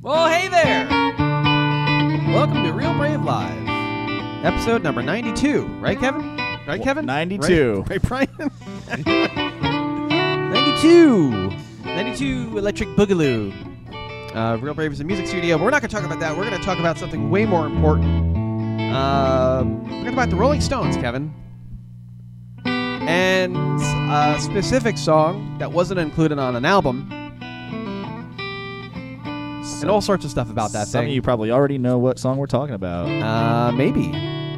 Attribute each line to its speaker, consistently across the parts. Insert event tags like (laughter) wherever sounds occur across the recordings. Speaker 1: Well, hey there! Welcome to Real Brave Live, episode number 92. Right, Kevin? Right, Kevin?
Speaker 2: 92.
Speaker 1: Right, right (laughs) Brian? 92! 92 Electric Boogaloo. Uh, Real Brave is a music studio, but we're not going to talk about that. We're going to talk about something way more important. Um, we're going to talk about the Rolling Stones, Kevin. And a specific song that wasn't included on an album, and all sorts of stuff about that
Speaker 2: Some
Speaker 1: thing.
Speaker 2: of you probably already know what song we're talking about.
Speaker 1: Uh, maybe.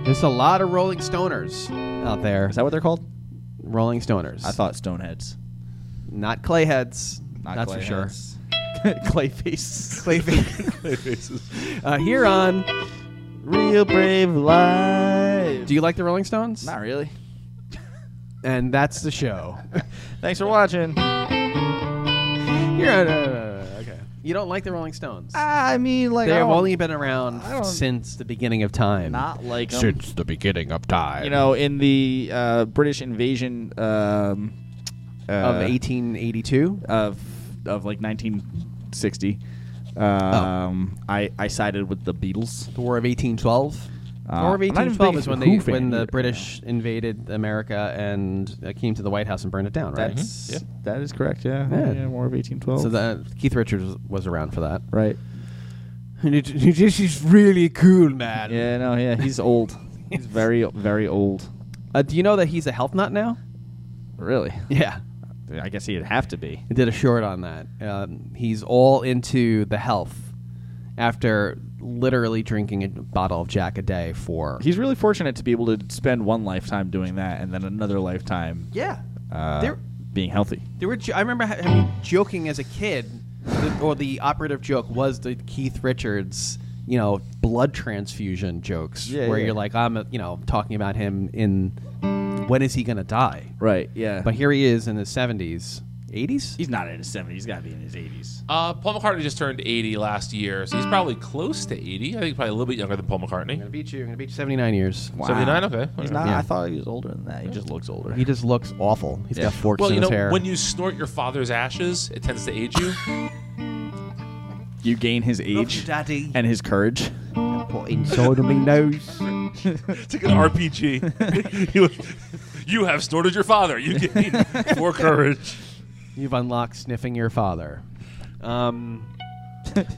Speaker 1: There's a lot of Rolling Stoners out there.
Speaker 2: Is that what they're called?
Speaker 1: Rolling Stoners.
Speaker 2: I thought Stoneheads.
Speaker 1: not Clayheads.
Speaker 2: Not
Speaker 1: that's for sure.
Speaker 2: Clayheads.
Speaker 1: Clayface.
Speaker 2: (laughs)
Speaker 1: Clayface. (laughs) uh, here on.
Speaker 2: Real brave life.
Speaker 1: Do you like the Rolling Stones?
Speaker 2: Not really.
Speaker 1: And that's the
Speaker 2: (laughs)
Speaker 1: show.
Speaker 2: Thanks for watching.
Speaker 1: here on. Uh, okay. You don't like the Rolling Stones.
Speaker 2: I mean, like
Speaker 1: they
Speaker 2: I
Speaker 1: have
Speaker 2: don't-
Speaker 1: only been around
Speaker 2: I don't-
Speaker 1: since the beginning of time.
Speaker 2: not like 'em.
Speaker 1: since the beginning of time.
Speaker 2: You know, in the uh, British invasion um, uh,
Speaker 1: of 1882.
Speaker 2: of of like 1960. Um, I I sided with the Beatles.
Speaker 1: The War of 1812.
Speaker 2: Uh,
Speaker 1: the War of
Speaker 2: I'm not even
Speaker 1: 1812
Speaker 2: big
Speaker 1: is when
Speaker 2: Who
Speaker 1: they
Speaker 2: fan
Speaker 1: when the
Speaker 2: either.
Speaker 1: British invaded America and uh, came to the White House and burned it down, right? Mm-hmm.
Speaker 2: That's that is correct. Yeah,
Speaker 1: Yeah.
Speaker 2: yeah. War of 1812.
Speaker 1: So that Keith Richards was- was around for
Speaker 2: (laughs)
Speaker 1: that.
Speaker 2: right.
Speaker 1: this is really cool, man.
Speaker 2: Yeah, no, yeah, he's old. (laughs) he's very, very old.
Speaker 1: Uh, do you know that he's a health nut now?
Speaker 2: Really?
Speaker 1: Yeah.
Speaker 2: I guess he'd have to be.
Speaker 1: I did a short on that. Um, he's all into the health after literally drinking a bottle of Jack a day for.
Speaker 2: He's really fortunate to be able to spend one lifetime doing that, and then another lifetime
Speaker 1: yeah.
Speaker 2: uh,
Speaker 1: There-
Speaker 2: being healthy.
Speaker 1: There were. Jo- I remember ha- I mean, joking as a kid, the, or the operative joke was the Keith Richards, you know, blood transfusion jokes,
Speaker 2: Yeah,
Speaker 1: where
Speaker 2: yeah.
Speaker 1: you're like, I'm, uh, you know, talking about him in when is he gonna die?
Speaker 2: Right. Yeah.
Speaker 1: But here he is in his 70s, 80s.
Speaker 2: he's not in his 70s. He's got to be in his 80s.
Speaker 3: Uh, Paul McCartney just turned 80 last year, so he's probably close to 80. I think probably a little bit younger than Paul McCartney.
Speaker 1: gonna beat you. I'm gonna beat you 79 years.
Speaker 3: 79? Okay.
Speaker 2: He's
Speaker 3: Alright.
Speaker 2: not.
Speaker 1: Yeah.
Speaker 2: I thought he was older than that. He just looks older.
Speaker 1: He just looks awful. He's got forks
Speaker 3: Well,
Speaker 1: in
Speaker 3: you know,
Speaker 1: his hair.
Speaker 3: when you snort your father's ashes, it tends to age you.
Speaker 2: You gain his age
Speaker 1: daddy
Speaker 2: and his courage.
Speaker 1: put inside of me nose.
Speaker 3: it's like an RPG. you, you have snorted your father. You give me more courage.
Speaker 1: You've unlocked sniffing your father. (laughs) Um,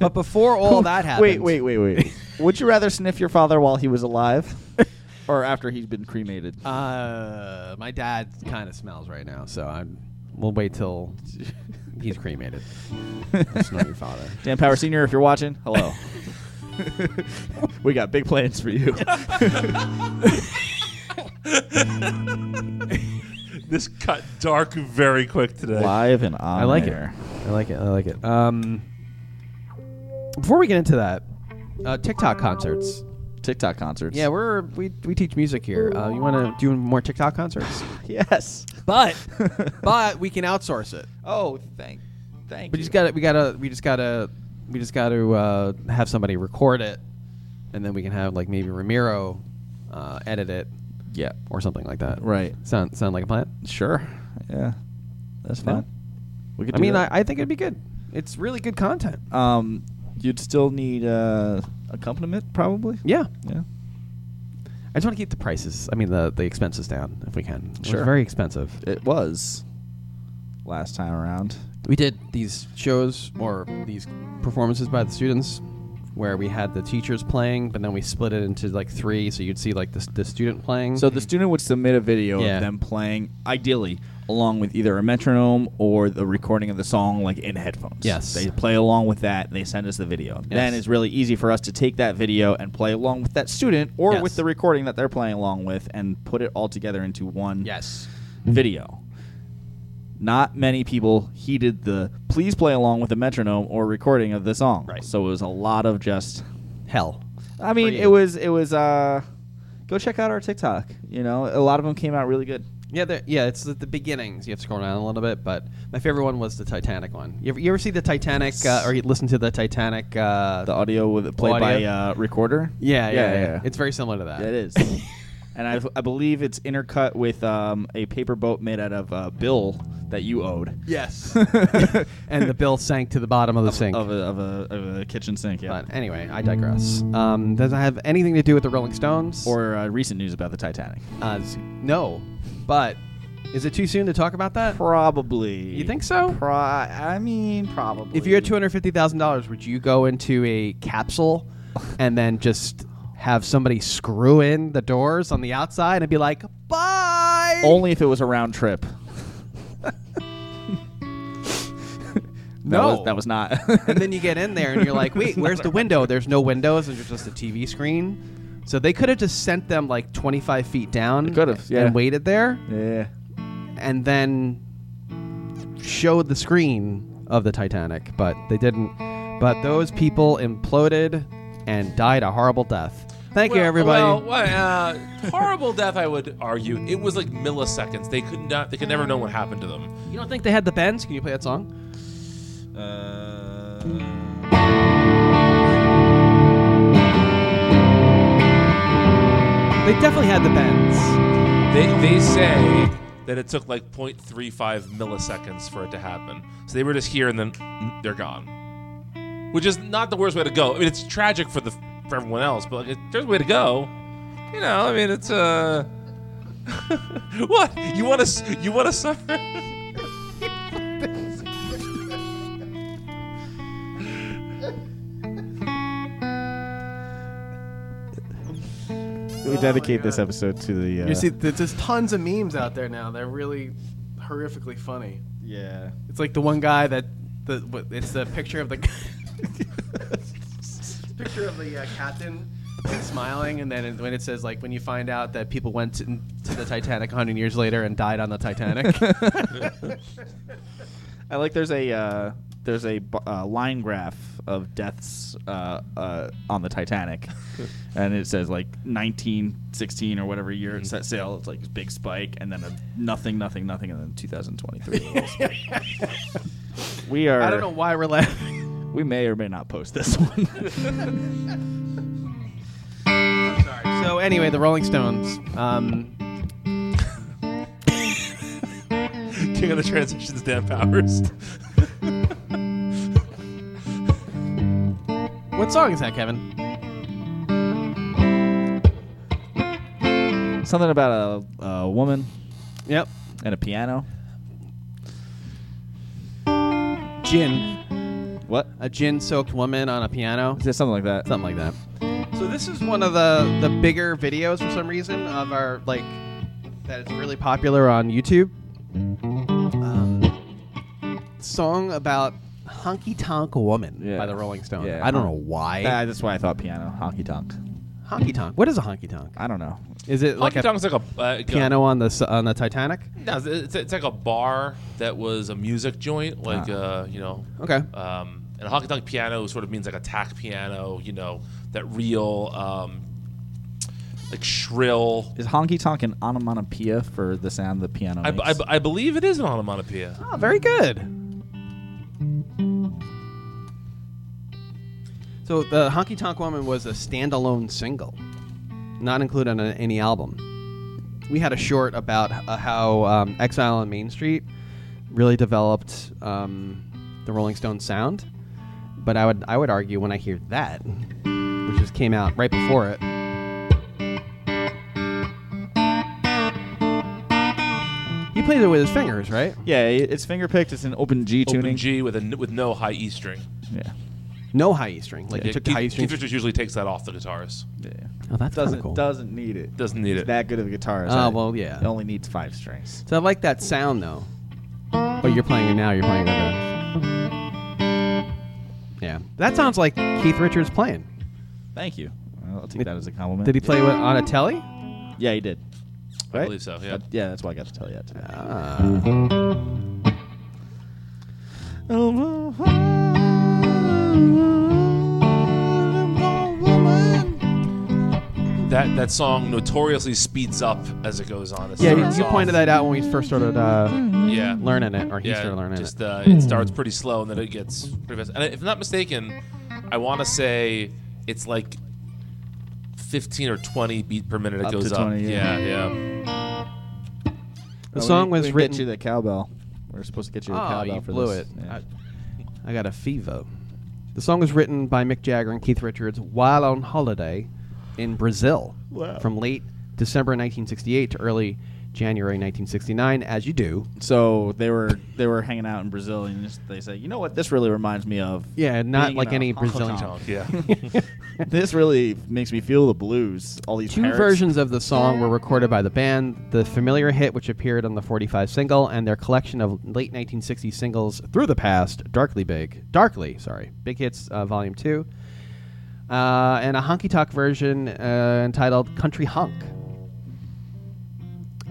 Speaker 1: but before all that happened,
Speaker 2: Wait, wait, wait, (laughs) wait. Would you rather sniff your father while he was (laughs) alive, or after he's been cremated?
Speaker 1: Uh, my dad kind of smells right now, so I'm. We'll wait (laughs) till he's cremated. That's not your father.
Speaker 2: Dan Power Senior, if you're watching,
Speaker 1: (laughs)
Speaker 2: hello. (laughs) we got big plans
Speaker 1: (laughs)
Speaker 2: for you.
Speaker 3: This got dark very quick today.
Speaker 2: Live and on
Speaker 1: I like
Speaker 2: air.
Speaker 1: it. I like it. I like it. Um, before we get into that, uh, TikTok concerts.
Speaker 2: TikTok concerts.
Speaker 1: Yeah, we're we, we teach music here. Uh, you want to do more TikTok concerts?
Speaker 2: yes. (laughs)
Speaker 1: But (laughs) but we can outsource it.
Speaker 2: Oh, thank, thank.
Speaker 1: We
Speaker 2: you.
Speaker 1: just got to we got to we just got to we just got to uh, have somebody record it, and then we can have like maybe Ramiro uh, edit it.
Speaker 2: Yeah.
Speaker 1: or something like that.
Speaker 2: Right.
Speaker 1: Sound sound like a plan?
Speaker 2: Sure. Yeah. That's
Speaker 1: Yeah.
Speaker 2: fine. We could.
Speaker 1: I
Speaker 2: do
Speaker 1: mean, I,
Speaker 2: that.
Speaker 1: I think it'd be good. It's really good content.
Speaker 2: um, you'd still need uh, accompaniment, probably.
Speaker 1: Yeah.
Speaker 2: Yeah.
Speaker 1: I just want to keep the prices. I mean, the the expenses down if we can. It was
Speaker 2: Sure.
Speaker 1: very expensive.
Speaker 2: It was last time around.
Speaker 1: We did these shows or these performances by the students where we had the teachers playing, but then we split it into like three, so you'd see like the, the student playing.
Speaker 2: So the student would submit a video
Speaker 1: Mm-hmm. Yeah.
Speaker 2: of them playing, ideally, along with either a metronome or the recording of the song, like in headphones.
Speaker 1: Yes.
Speaker 2: They play along with that. And they send us the video. Then
Speaker 1: Yes.
Speaker 2: it's really easy for us to take that video and play along with that student or
Speaker 1: Yes.
Speaker 2: with the recording that they're playing along with and put it all together into one
Speaker 1: yes,
Speaker 2: video. Not many people heeded the please play along with the metronome or recording of the song.
Speaker 1: Right.
Speaker 2: So it was a lot of just
Speaker 1: hell.
Speaker 2: I mean,
Speaker 1: For
Speaker 2: it
Speaker 1: you.
Speaker 2: was it was. uh Go check out our TikTok. You know, a lot of them came out really good.
Speaker 1: Yeah, there- yeah, it's at the beginnings. You have to scroll down a little bit, but my favorite one was the Titanic one. You ever, you ever see the Titanic uh, or you listen to the Titanic uh,
Speaker 2: The audio with played
Speaker 1: Audio?
Speaker 2: by uh, recorder.
Speaker 1: Yeah yeah, yeah,
Speaker 2: yeah.
Speaker 1: It's very similar to that.
Speaker 2: It is. (laughs) and I, I believe it's intercut with um, a paper boat made out of uh, bill that you owed. (laughs)
Speaker 1: Yes. and the bill sank to the bottom of the sink.
Speaker 2: Of a, of, a, of a kitchen sink, yeah.
Speaker 1: but anyway, I digress. Um, doesn't have anything to do with the Rolling Stones.
Speaker 2: Mm. Or uh, recent news about the Titanic.
Speaker 1: uh, z- no, but is it too soon to talk about that?
Speaker 2: Probably.
Speaker 1: You think so?
Speaker 2: Pro- I mean, probably.
Speaker 1: If you had two hundred fifty thousand dollars, would you go into a capsule and then just have somebody screw in the doors on the outside and be like, "Bye"?
Speaker 2: only if it was a round trip.
Speaker 1: No.
Speaker 2: that was, that was
Speaker 1: and
Speaker 2: not. (laughs)
Speaker 1: then you get in there and you're like, "Wait, where's the window?" There's no windows, and there's just a TV screen. So they could have just sent them like twenty five feet down.
Speaker 2: could have, yeah.
Speaker 1: and waited there.
Speaker 2: yeah,
Speaker 1: and then showed the screen of the Titanic, but they didn't. But those people imploded and died a horrible death. Thank you,
Speaker 3: Well-
Speaker 1: everybody.
Speaker 3: Well, what, uh, horrible death, I would argue. It was like milliseconds. They could not. They could never know what happened to them.
Speaker 1: you don't think they had the bends? Can you play that song?
Speaker 2: Uh,
Speaker 1: They definitely had the bends.
Speaker 3: They, they say that it took like 0.35 milliseconds for it to happen. So they were just here and then they're gone. Which is not the worst way to go. I mean, it's tragic for the for everyone else, but like, if there's a way to go. You know, I mean, it's uh (laughs) What? You want to you want to suffer? (laughs)
Speaker 2: we
Speaker 4: Oh,
Speaker 2: dedicate this episode to the. Uh,
Speaker 4: You see, th- there's tons of memes out there now. They're really horrifically funny.
Speaker 2: yeah.
Speaker 4: It's like the one guy that the what- it's the picture of the guy- (laughs) picture of the uh, captain like, smiling, and then it- when it says like when you find out that people went to, to the Titanic 100 years later and died on the Titanic.
Speaker 1: (laughs)
Speaker 2: I like. There's a uh, there's a b- uh, line graph of deaths uh, uh, on the
Speaker 4: (laughs)
Speaker 2: Titanic, and it says like 1916 or whatever year
Speaker 4: Mm-hmm.
Speaker 2: it set sail. It's like big spike, and then a nothing, nothing, nothing, and then 2023. little
Speaker 4: (laughs)
Speaker 2: spike. we are.
Speaker 4: I don't know why we're laughing.
Speaker 2: We may or may not post this one.
Speaker 1: (laughs)
Speaker 2: (laughs)
Speaker 1: So anyway, the Rolling Stones. Um,
Speaker 3: King of the transitions, Dan Powers.
Speaker 1: what song is that, Kevin?
Speaker 2: Something about a, a woman
Speaker 1: Yep.
Speaker 2: and a piano.
Speaker 1: Gin.
Speaker 2: What?
Speaker 1: A gin-soaked woman on a piano.
Speaker 2: Just something like that.
Speaker 1: something like that. So this is one of the the bigger videos for some reason of our like that is really popular on YouTube. Um, song about honky tonk woman
Speaker 2: Yeah.
Speaker 1: by the Rolling Stones.
Speaker 2: Yeah.
Speaker 1: I don't know why.
Speaker 2: Ah, that's why I thought piano, honky tonk.
Speaker 1: honky tonk. What is a honky tonk?
Speaker 2: I don't know.
Speaker 1: Is it like
Speaker 3: Honky
Speaker 1: a
Speaker 3: Tonk's like a uh,
Speaker 1: piano on the s- on the Titanic?
Speaker 3: No, it's- it's, it's like a bar that was a music joint, like
Speaker 1: Ah.
Speaker 3: uh, you know,
Speaker 1: Okay.
Speaker 3: um, and a honky tonk piano sort of means like a tack piano, you know, that real um, like shrill.
Speaker 2: Is honky tonk an onomatopoeia for the sound the piano
Speaker 3: I,
Speaker 2: makes?
Speaker 3: I, I believe it is an onomatopoeia.
Speaker 1: Oh, very good. So the Honky Tonk Woman was a standalone single, not included on any album. We had a short about uh, how um, Exile on Main Street really developed um, the Rolling Stones sound, but I would I would argue when I hear that, which just came out right before it. He plays it with his fingers, right?
Speaker 2: yeah, it- it's finger picked. It's an open G tuning.
Speaker 3: Open G with a n- with no high E string.
Speaker 2: Yeah.
Speaker 1: No high E string. Like they
Speaker 3: Yeah,
Speaker 1: took the
Speaker 3: Keith,
Speaker 1: high E
Speaker 3: Keith
Speaker 1: string.
Speaker 3: Richards usually takes that off the guitars.
Speaker 2: yeah.
Speaker 1: Oh, that's kinda
Speaker 2: Doesn't
Speaker 1: cool.
Speaker 2: doesn't need it.
Speaker 3: Doesn't need it.
Speaker 2: That good of a guitarist.
Speaker 1: Oh,
Speaker 2: I-
Speaker 1: well, yeah.
Speaker 2: It only needs five strings.
Speaker 1: So I like that sound though. Oh, you're playing it now. You're playing it. With a... Yeah, that sounds like Keith Richards playing.
Speaker 2: Thank you. Well, I'll take
Speaker 1: It-
Speaker 2: that as a compliment.
Speaker 1: Did he play with on a telly?
Speaker 2: Yeah, he did.
Speaker 3: I
Speaker 2: Right?
Speaker 3: believe so. Yeah.
Speaker 2: That- yeah, that's why I got to tell you that today.
Speaker 1: Ah.
Speaker 3: That that song notoriously speeds up as it goes on. It
Speaker 1: yeah,
Speaker 3: starts
Speaker 1: you, you
Speaker 3: off-
Speaker 1: pointed that out when we first started uh,
Speaker 3: Yeah.
Speaker 1: learning it, or he
Speaker 3: Yeah,
Speaker 1: started learning
Speaker 3: just
Speaker 1: it.
Speaker 3: Uh, it starts pretty slow and then it gets pretty fast. And if I'm not mistaken, I want to say it's like 15 or 20 beat per minute. It
Speaker 2: Up to
Speaker 3: goes up.
Speaker 2: 20,
Speaker 3: yeah,
Speaker 2: yeah.
Speaker 3: yeah.
Speaker 1: The song was
Speaker 2: we
Speaker 1: written-
Speaker 2: Get you the cowbell. We are supposed to get you the
Speaker 1: Oh,
Speaker 2: cowbell
Speaker 1: you
Speaker 2: for
Speaker 1: blew
Speaker 2: this.
Speaker 1: it.
Speaker 2: Yeah.
Speaker 1: I, I got a fever. The song was written by Mick Jagger and Keith Richards while on holiday in Brazil from late December 1968 to early January 1969, as you do.
Speaker 2: so they were they were hanging out in Brazil, and just- they say, you know what? This really reminds me of
Speaker 1: Yeah, not
Speaker 2: being
Speaker 1: like
Speaker 2: in a
Speaker 1: any
Speaker 2: honky
Speaker 1: Brazilian
Speaker 2: tonk."
Speaker 3: Yeah.
Speaker 2: (laughs) this really makes me feel the blues. All these
Speaker 1: Two
Speaker 2: parrots.
Speaker 1: versions of the song were recorded by the band the familiar hit, which appeared on the 45 single, and their collection of late 1960 singles through the past, Darkly Big, Darkly, sorry, Big Hits uh, Volume 2, uh, and a honky tonk version uh, entitled Country Honk.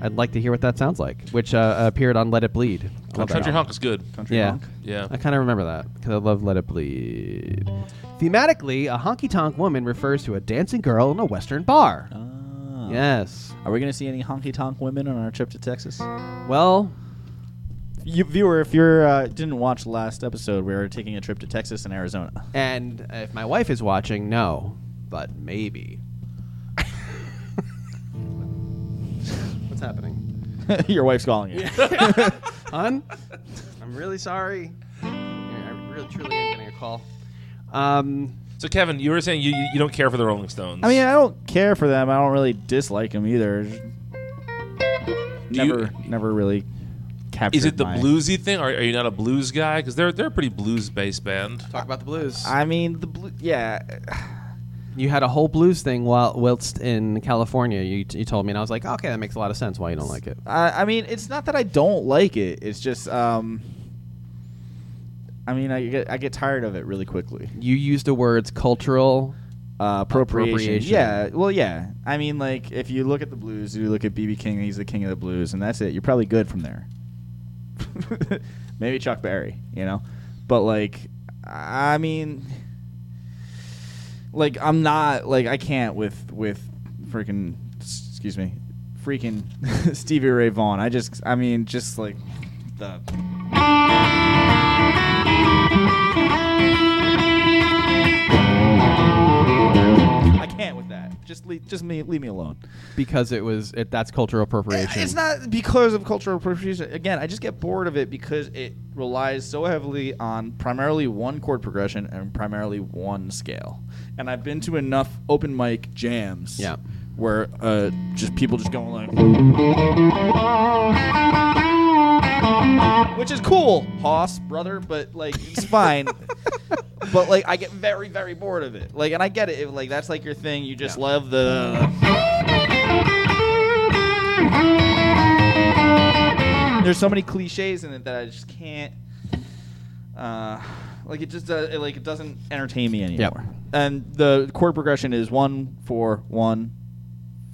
Speaker 1: I'd like to hear what that sounds like, which uh, appeared on Let It Bleed. I love that
Speaker 3: Oh, Country
Speaker 1: album.
Speaker 3: Honk is good.
Speaker 2: Country
Speaker 1: Yeah.
Speaker 2: Honk.
Speaker 3: Yeah.
Speaker 1: I kind of remember that because I love Let It Bleed. Thematically, a honky tonk woman refers to a dancing girl in a Western bar.
Speaker 2: Ah.
Speaker 1: Yes.
Speaker 2: Are we gonna see any honky tonk women on our trip to Texas?
Speaker 1: Well,
Speaker 2: You, viewer, if you uh, didn't watch last episode, we were taking a trip to Texas and Arizona. (laughs)
Speaker 1: and if my wife is watching, no, but maybe. (laughs) What's happening?
Speaker 2: Your wife's calling you.
Speaker 1: Hun? I'm really sorry. I really truly am getting a call. Um,
Speaker 3: So Kevin, you were saying you, you you don't care for the Rolling Stones.
Speaker 2: (laughs) I mean, I don't care for them. I don't really dislike them either.
Speaker 3: Do you-
Speaker 2: Never, never really captured.
Speaker 3: is it the
Speaker 2: my-
Speaker 3: bluesy thing? Are, are you not a blues guy? Because they're they're a pretty blues based band.
Speaker 1: talk about the blues.
Speaker 2: I mean, the blue. Yeah,
Speaker 1: you had a whole blues thing while whilst in California. You, you told me, and I was like, okay, that makes a lot of sense why you don't like it.
Speaker 2: I, I mean, it's not that I don't like it. It's just, um, I mean, I get I get tired of it really quickly.
Speaker 1: You used the words cultural.
Speaker 2: Uh, appropriation.
Speaker 1: Appropriation.
Speaker 2: Yeah. Well, yeah. I mean, like if you look at the blues, you look at BB King, and he's the king of the blues, and that's it. You're probably good from there. (laughs) Maybe Chuck Berry, you know, but like, I mean, like I'm not like I can't with with freaking excuse me, freaking (laughs) Stevie Ray Vaughan. I just I mean just like the I can't with that. Just leave, just me leave me alone.
Speaker 1: Because it was it, that's cultural appropriation.
Speaker 2: It's not because of cultural appropriation. Again, I just get bored of it because it relies so heavily on primarily one chord progression and primarily one scale. And I've been to enough open mic jams
Speaker 1: Yeah.
Speaker 2: where uh, just people just going like which is cool, Hoss, brother, but like it's
Speaker 1: (laughs)
Speaker 2: fine. but like I get very, very bored of it. Like, and I get it. If, like that's like your thing. You just
Speaker 1: Yeah.
Speaker 2: love the. There's so many cliches in it that I just can't. Uh, like it just uh, it, like it doesn't entertain me anymore. And the chord progression is one four one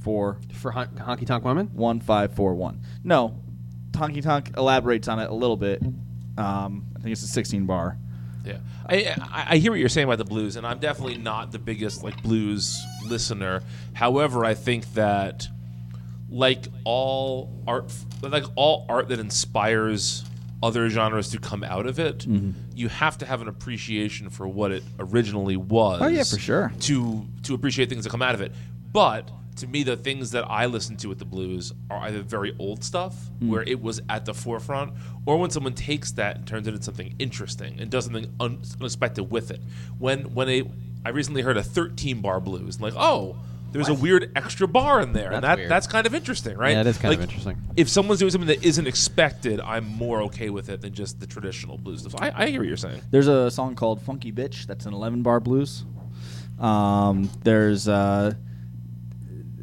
Speaker 2: four
Speaker 1: for hon- honky tonk women.
Speaker 2: one five four one. No, Honky Tonk elaborates on it a little bit. Um, I think it's a sixteen bar.
Speaker 3: Yeah, I, I I hear what you're saying about the blues, and I'm definitely not the biggest like blues listener. However, I think that like all art, like all art that inspires other genres to come out of it,
Speaker 2: Mm-hmm.
Speaker 3: you have to have an appreciation for what it originally was.
Speaker 2: Oh, yeah, for sure.
Speaker 3: To to appreciate things that come out of it, but. To me, the things that I listen to with the blues are either very old stuff,
Speaker 1: Hmm.
Speaker 3: where it was at the forefront, or when someone takes that and turns it into something interesting and does something un- unexpected with it. When when a I recently heard a 13 bar blues, and like oh, there's a weird extra bar in there, and
Speaker 1: That's
Speaker 3: that
Speaker 1: weird.
Speaker 3: that's kind of interesting, right?
Speaker 1: Yeah, it is kind of
Speaker 3: Like,
Speaker 1: interesting.
Speaker 3: If someone's doing something that isn't expected, I'm more okay with it than just the traditional blues stuff. I, I hear what you're saying.
Speaker 2: There's a song called "Funky Bitch" that's an eleven bar blues. Um, there's uh,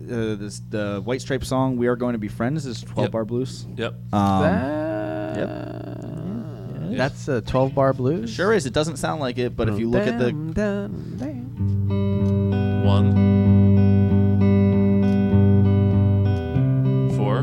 Speaker 2: uh, this, the White Stripe song "We Are Going to Be Friends" is twelve
Speaker 3: Yep.
Speaker 2: bar blues.
Speaker 3: Yep.
Speaker 2: Um,
Speaker 1: That's a 12 bar blues.
Speaker 2: Sure is. It doesn't sound like it, but if you look at the
Speaker 3: One. Four.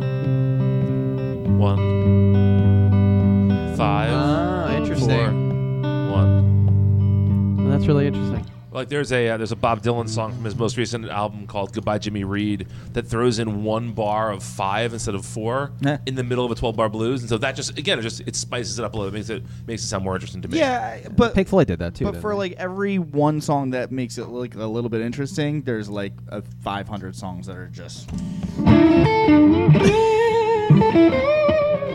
Speaker 3: One. Five.
Speaker 1: Ah,
Speaker 3: Four.
Speaker 1: interesting.
Speaker 3: One.
Speaker 1: Well, that's really interesting.
Speaker 3: Like there's a uh, there's a Bob Dylan song from his most recent album called Goodbye Jimmy Reed that throws in one bar of five instead of four
Speaker 2: Yeah.
Speaker 3: in the middle of a 12 bar blues, and so that just again it just it spices it up a little, it makes it makes it sound more interesting to me.
Speaker 2: Yeah, but
Speaker 1: Pink Floyd did that too.
Speaker 2: but
Speaker 1: didn't
Speaker 2: for
Speaker 1: they?
Speaker 2: like every one song that makes it like a little bit interesting, there's like a 500 songs that are just. (laughs)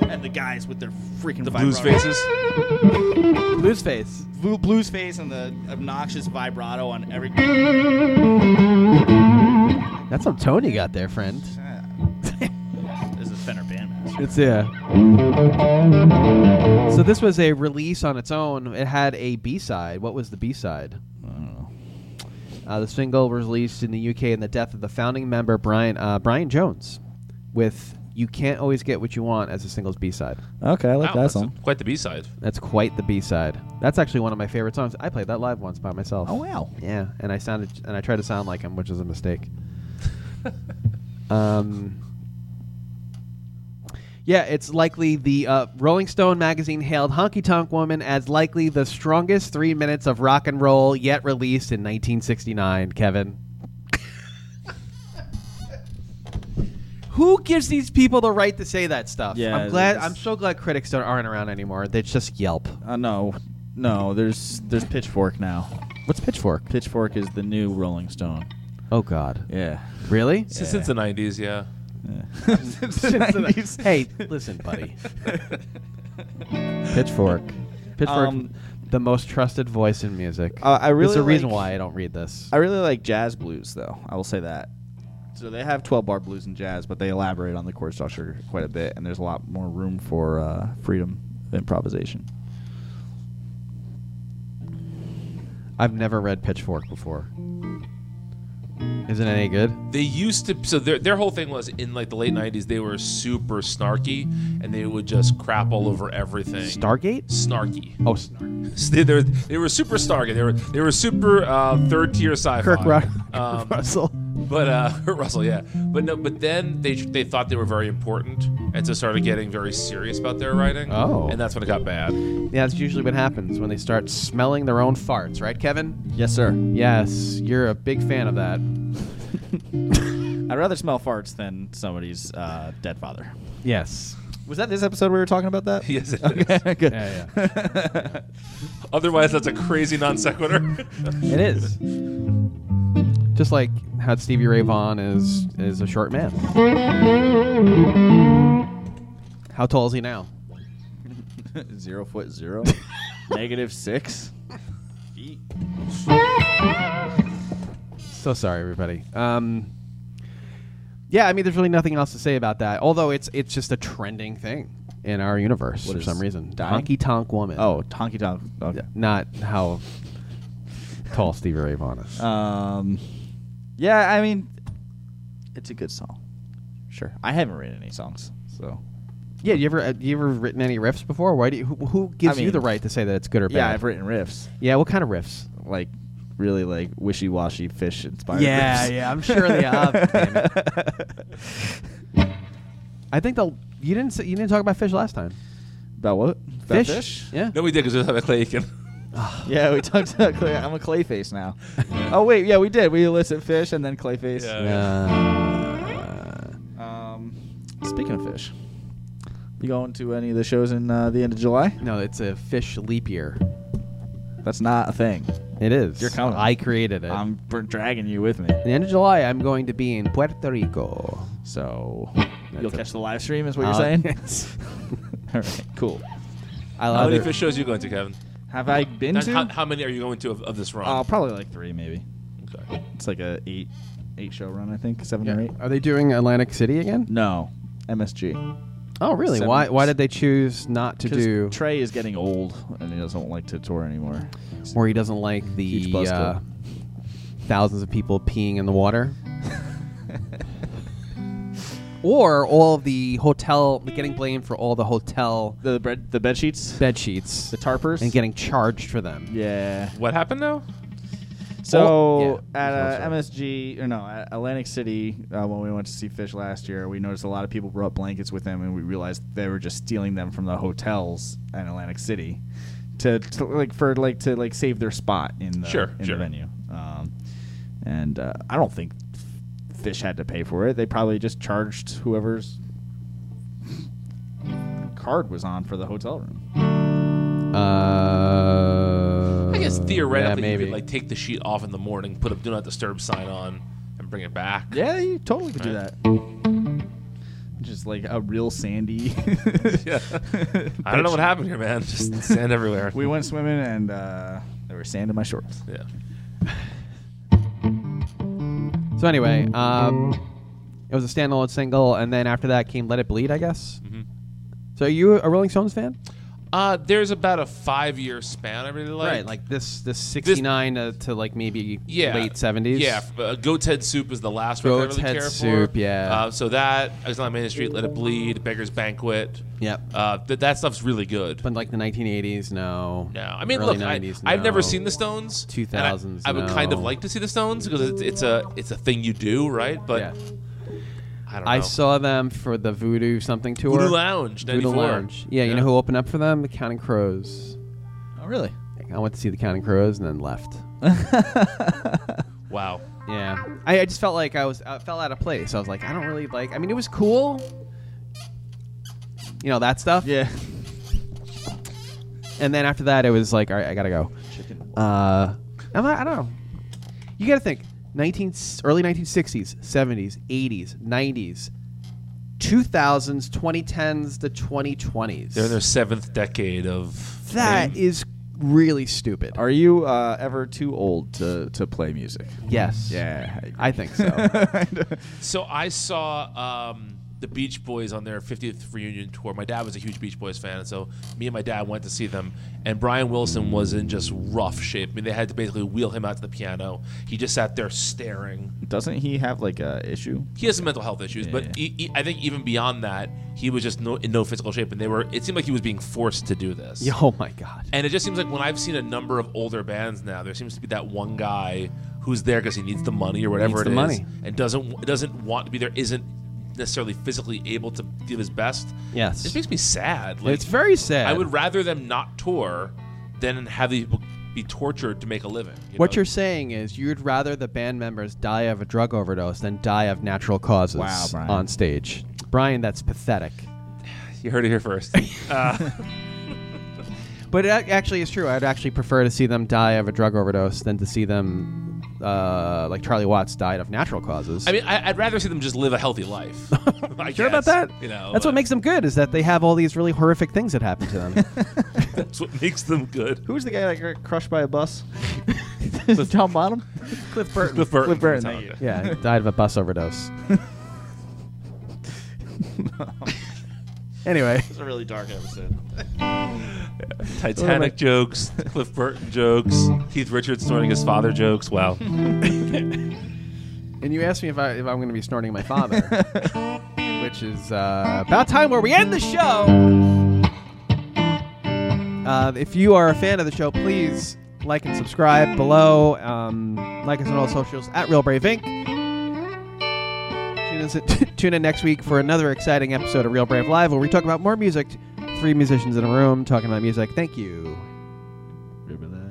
Speaker 2: And the guys with their freaking
Speaker 3: the blues faces.
Speaker 1: Blues face.
Speaker 2: blue, blues face and the obnoxious vibrato on (laughs) every.
Speaker 1: That's some tone you got there, friend.
Speaker 2: this is Fender Bandmaster.
Speaker 1: It's yeah. So this was a release on its own. It had a B side. What was the B side?
Speaker 2: I don't know.
Speaker 1: Uh, the single was released in the UK in the death of the founding member Brian uh, Brian Jones, with "You Can't Always Get What You Want" as the single's B side.
Speaker 2: Okay, I like
Speaker 3: Wow, that's a- quite the B side.
Speaker 1: That's quite the B side. That's actually one of my favorite songs. I played that live once by myself.
Speaker 2: Oh wow.
Speaker 1: Yeah, and I sounded and I tried to sound like him, which is a
Speaker 2: (laughs)
Speaker 1: mistake. um, yeah, it's likely the uh, Rolling Stone magazine hailed "Honky Tonk Woman" as likely the strongest three minutes of rock and roll yet released in 1969.
Speaker 2: (laughs)
Speaker 1: Kevin, who gives these people the right to say that stuff?
Speaker 2: Yeah,
Speaker 1: I'm glad.
Speaker 2: it's-
Speaker 1: I'm so glad critics don't aren't around anymore. They just Yelp.
Speaker 2: Uh, no, no. There's there's Pitchfork now.
Speaker 1: What's Pitchfork?
Speaker 2: Pitchfork is the new Rolling Stone.
Speaker 1: Oh God,
Speaker 2: (laughs) Yeah.
Speaker 1: really?
Speaker 3: Since, since the 90s, yeah.
Speaker 1: (laughs) hey, listen, buddy.
Speaker 2: (laughs)
Speaker 1: Pitchfork. Pitchfork,
Speaker 2: Um,
Speaker 1: the most trusted voice in music.
Speaker 2: Uh, I really
Speaker 1: There's a reason
Speaker 2: like-
Speaker 1: why I don't read this.
Speaker 2: I really like jazz blues, though. I will say that. So they have 12 bar blues and jazz, but they elaborate on the chord structure quite a bit, and there's a lot more room for uh, freedom of improvisation.
Speaker 1: I've never read Pitchfork before. Isn't it any good?
Speaker 3: They used to, so their, their whole thing was in like the late 90s, they were super snarky and they would just crap all over everything.
Speaker 1: Stargate?
Speaker 3: snarky. (laughs)
Speaker 1: Oh, Stargate.
Speaker 3: So they, they, were, they were super snarky. They were, they were super uh, third tier sci fi.
Speaker 1: Kirk Ru-
Speaker 2: (laughs)
Speaker 3: (laughs) Um,
Speaker 1: Russell.
Speaker 3: But uh, (laughs) Russell, yeah, but no, but then they they thought they were very important, and so started getting very serious about their writing.
Speaker 1: Oh.
Speaker 3: and that's when it got bad.
Speaker 1: Yeah, that's usually what happens when they start smelling their own farts, right, Kevin?
Speaker 2: Yes, sir.
Speaker 1: Yes, you're a big fan of that.
Speaker 2: (laughs) I'd rather smell farts than somebody's uh, dead father.
Speaker 1: Yes.
Speaker 2: Was that this episode we were talking about that?
Speaker 3: (laughs) Yes, it
Speaker 2: Okay, (laughs)
Speaker 3: is.
Speaker 2: good.
Speaker 1: Yeah, yeah.
Speaker 3: Otherwise, that's a crazy non sequitur. (laughs)
Speaker 1: it is. Just like how Stevie Ray Vaughan is is a short man. How tall is he now?
Speaker 2: (laughs) zero foot
Speaker 3: (laughs)
Speaker 2: zero, negative six.
Speaker 1: So sorry, everybody. Um, yeah, I mean, there's really nothing else to say about that. Although it's it's just a trending thing in our universe
Speaker 2: What
Speaker 1: for
Speaker 2: is
Speaker 1: some reason.
Speaker 2: dying?
Speaker 1: Honky Tonk Woman.
Speaker 2: Oh, honky tonk. Okay.
Speaker 1: not how tall Stevie Ray Vaughan is.
Speaker 2: Um, yeah, I mean, it's a good song. Sure, I haven't written any songs, so
Speaker 1: yeah, you ever uh, you ever written any riffs before? Why do you, who, who gives you
Speaker 2: mean-
Speaker 1: the right to say that it's good or bad?
Speaker 2: yeah, I've written riffs
Speaker 1: Yeah, what kind of riffs?
Speaker 2: like really like wishy washy fish inspired. riffs.
Speaker 1: yeah, I'm sure they are.
Speaker 2: (laughs)
Speaker 1: damn it. I think they'll. You didn't say, you didn't talk about fish last time.
Speaker 2: About what? About
Speaker 1: Fish?
Speaker 2: fish?
Speaker 1: Yeah.
Speaker 3: no, we did because we have a clay again.
Speaker 2: (laughs) Yeah, we talked about clay. I'm a clay face now.
Speaker 1: (laughs)
Speaker 2: oh wait, yeah, we did. We illicit fish and then clay face.
Speaker 3: Yeah.
Speaker 1: Uh,
Speaker 2: Um, speaking of fish, you going to any of the shows in uh, the end of July?
Speaker 1: no, it's a fish leap year.
Speaker 2: That's not a thing.
Speaker 1: It is.
Speaker 2: You're coming.
Speaker 1: I created it.
Speaker 2: I'm br- dragging you with me.
Speaker 1: At the end of July, I'm going to be in Puerto Rico.
Speaker 2: So you'll
Speaker 1: That's it.
Speaker 2: catch the live stream, is what
Speaker 3: Uh,
Speaker 1: I'll-
Speaker 2: you're saying? (laughs) All right, cool.
Speaker 1: I
Speaker 3: How
Speaker 1: love
Speaker 3: many
Speaker 1: it.
Speaker 3: fish shows you going to, Kevin?
Speaker 2: Have I been
Speaker 3: And
Speaker 2: to?
Speaker 3: How, how many are you going to of, of this run?
Speaker 2: Uh, probably like three, maybe.
Speaker 3: Okay.
Speaker 2: It's like a eight, eight show run, I think, seven or
Speaker 1: Yeah. Uh,
Speaker 2: eight.
Speaker 1: Are they doing Atlantic City again?
Speaker 2: No, MSG.
Speaker 1: Oh, really?
Speaker 2: Seven.
Speaker 1: Why? Why did they choose not to
Speaker 2: 'Cause
Speaker 1: do?
Speaker 2: Trey is getting old and he doesn't like to tour anymore.
Speaker 1: Or he doesn't like
Speaker 2: Huge
Speaker 1: the
Speaker 2: buzzkill.
Speaker 1: uh, thousands of people peeing in the water. or all of the hotel getting blamed for all the hotel
Speaker 2: (laughs) The bread, the bed sheets,
Speaker 1: bed sheets
Speaker 2: the tarpers,
Speaker 1: and getting charged for them.
Speaker 2: yeah.
Speaker 3: What happened now?
Speaker 2: So
Speaker 1: Oh, yeah.
Speaker 2: at
Speaker 1: Sorry.
Speaker 2: uh, MSG or no, at Atlantic City, uh, when we went to see Fish last year, we noticed a lot of people brought blankets with them, and we realized they were just stealing them from the hotels in Atlantic City to, to like for like to like save their spot in the
Speaker 3: Sure,
Speaker 2: in
Speaker 3: sure.
Speaker 2: the venue. Um, and uh, I don't think Fish had to pay for it. They probably just charged whoever's card was on for the hotel room.
Speaker 1: Uh,
Speaker 3: I guess theoretically,
Speaker 1: yeah,
Speaker 3: you
Speaker 1: maybe.
Speaker 3: could like take the sheet off in the morning, put a "Do Not Disturb" sign on, and bring it back.
Speaker 2: Yeah, you totally could do that. Just like a real (laughs) sandy.
Speaker 3: Yeah. I don't know what happened here, man. (laughs) Just
Speaker 1: (laughs)
Speaker 3: sand everywhere.
Speaker 2: We went swimming and uh, there was sand in my shorts.
Speaker 3: yeah.
Speaker 1: so anyway, um, it was a standalone single, and then after that came "Let It Bleed," I guess.
Speaker 3: Mm-hmm.
Speaker 1: So are you a Rolling Stones fan?
Speaker 3: Uh, there's about a five year span I really like.
Speaker 1: right, like this this '69 to, to like maybe
Speaker 3: yeah,
Speaker 1: late '70s.
Speaker 3: Yeah, f- uh, Goat's Head Soup is the last record I
Speaker 1: Goat's
Speaker 3: really
Speaker 1: Head
Speaker 3: care
Speaker 1: Soup,
Speaker 3: for.
Speaker 1: yeah.
Speaker 3: Uh, so that Exile on Main Street, Let It Bleed, Beggar's Banquet.
Speaker 1: Yep.
Speaker 3: Uh, th- that stuff's really good.
Speaker 1: But like the 1980s, no.
Speaker 3: No, I mean,
Speaker 1: Early
Speaker 3: look, I,
Speaker 1: 90s,
Speaker 3: I've never
Speaker 1: no.
Speaker 3: seen the Stones. and I-
Speaker 1: 2000s,
Speaker 3: I, would kind of
Speaker 1: no.
Speaker 3: like to see the Stones because it's, it's a it's a thing you do, right? But
Speaker 1: Yeah.
Speaker 3: I don't know.
Speaker 1: I saw them for the Voodoo something tour.
Speaker 3: Voodoo Lounge,
Speaker 1: Voodoo
Speaker 3: 94.
Speaker 1: Lounge. Yeah, you know who opened up for them? The Counting Crows.
Speaker 2: Oh, really?
Speaker 1: I went to see the Counting Crows and then left.
Speaker 3: Wow.
Speaker 1: Yeah, I, I just felt like I was I fell out of place. I was like, I don't really like. I mean, it was cool. You know that stuff.
Speaker 2: Yeah.
Speaker 1: And then after that, it was like, all right, I gotta go.
Speaker 2: Chicken.
Speaker 1: Uh, I'm not, I don't know. You gotta think. 19 early 1960s, 70s, 80s, 90s, 2000s, 2010s, the 2020s.
Speaker 3: They're in their seventh decade of.
Speaker 1: That
Speaker 3: fame.
Speaker 1: is really stupid.
Speaker 2: Are you uh, ever too old to, to play music?
Speaker 1: Yes.
Speaker 2: Yeah.
Speaker 1: I think so.
Speaker 3: (laughs) So I saw um, the Beach Boys on their 50th reunion tour. My dad was a huge Beach Boys fan, and so me and my dad went to see them. And Brian Wilson was in just rough shape. I mean, they had to basically wheel him out to the piano. He just sat there staring.
Speaker 2: Doesn't he have like a issue?
Speaker 3: He has some mental health issues,
Speaker 2: Yeah.
Speaker 3: but he, he- I think even beyond that, he was just no, in no physical shape. And they were. It seemed like he was being forced to do this.
Speaker 1: Yeah, oh my god.
Speaker 3: And it just seems like when I've seen a number of older bands now, there seems to be that one guy who's there because he needs the money or whatever
Speaker 1: Needs
Speaker 3: it
Speaker 1: the
Speaker 3: is,
Speaker 1: money.
Speaker 3: and doesn't doesn't want to be there, isn't necessarily physically able to give his best.
Speaker 1: Yes.
Speaker 3: This makes me sad. Like,
Speaker 1: It's very sad.
Speaker 3: I would rather them not tour than have these people be tortured to make a living. you
Speaker 1: What
Speaker 3: know?
Speaker 1: you're saying is you'd rather the band members die of a drug overdose than die of natural causes
Speaker 2: Wow, Brian.
Speaker 1: on stage. Brian, that's pathetic.
Speaker 3: you heard it here first.
Speaker 1: But it ac- actually is true. I'd actually prefer to see them die of a drug overdose than to see them, uh, like Charlie Watts, died of natural causes.
Speaker 3: (laughs) I mean, I, I'd rather see them just live a healthy life.
Speaker 1: (laughs)
Speaker 3: I
Speaker 1: sure about that?
Speaker 3: guess, You know,
Speaker 1: that's
Speaker 3: but
Speaker 1: what makes them good is that they have all these really horrific things that happen to
Speaker 3: (laughs)
Speaker 1: them.
Speaker 3: that's what makes them good.
Speaker 2: Who was the guy that got crushed by a (laughs) bus? Was Tom Bottom?
Speaker 1: Cliff
Speaker 3: (laughs)
Speaker 1: Burton.
Speaker 3: Cliff Burton.
Speaker 2: Cliff Burton, thank
Speaker 3: Metallica.
Speaker 1: Yeah, he died of a bus
Speaker 3: (laughs)
Speaker 1: overdose. (laughs) anyway,
Speaker 3: It's a really dark episode. Titanic jokes, Cliff Burton jokes, Keith Richards snorting his father jokes. Wow.
Speaker 1: and you asked me if, I, if I'm going to be snorting my father, which is uh, about time where we end the show. Uh, if you are a fan of the show, please like and subscribe below. Um, like us on all socials at Real Brave Inc. Tune in, (laughs) tune in next week for another exciting episode of Real Brave Live where we talk about more music. Three musicians in a room talking about music. Thank you.
Speaker 2: Remember that?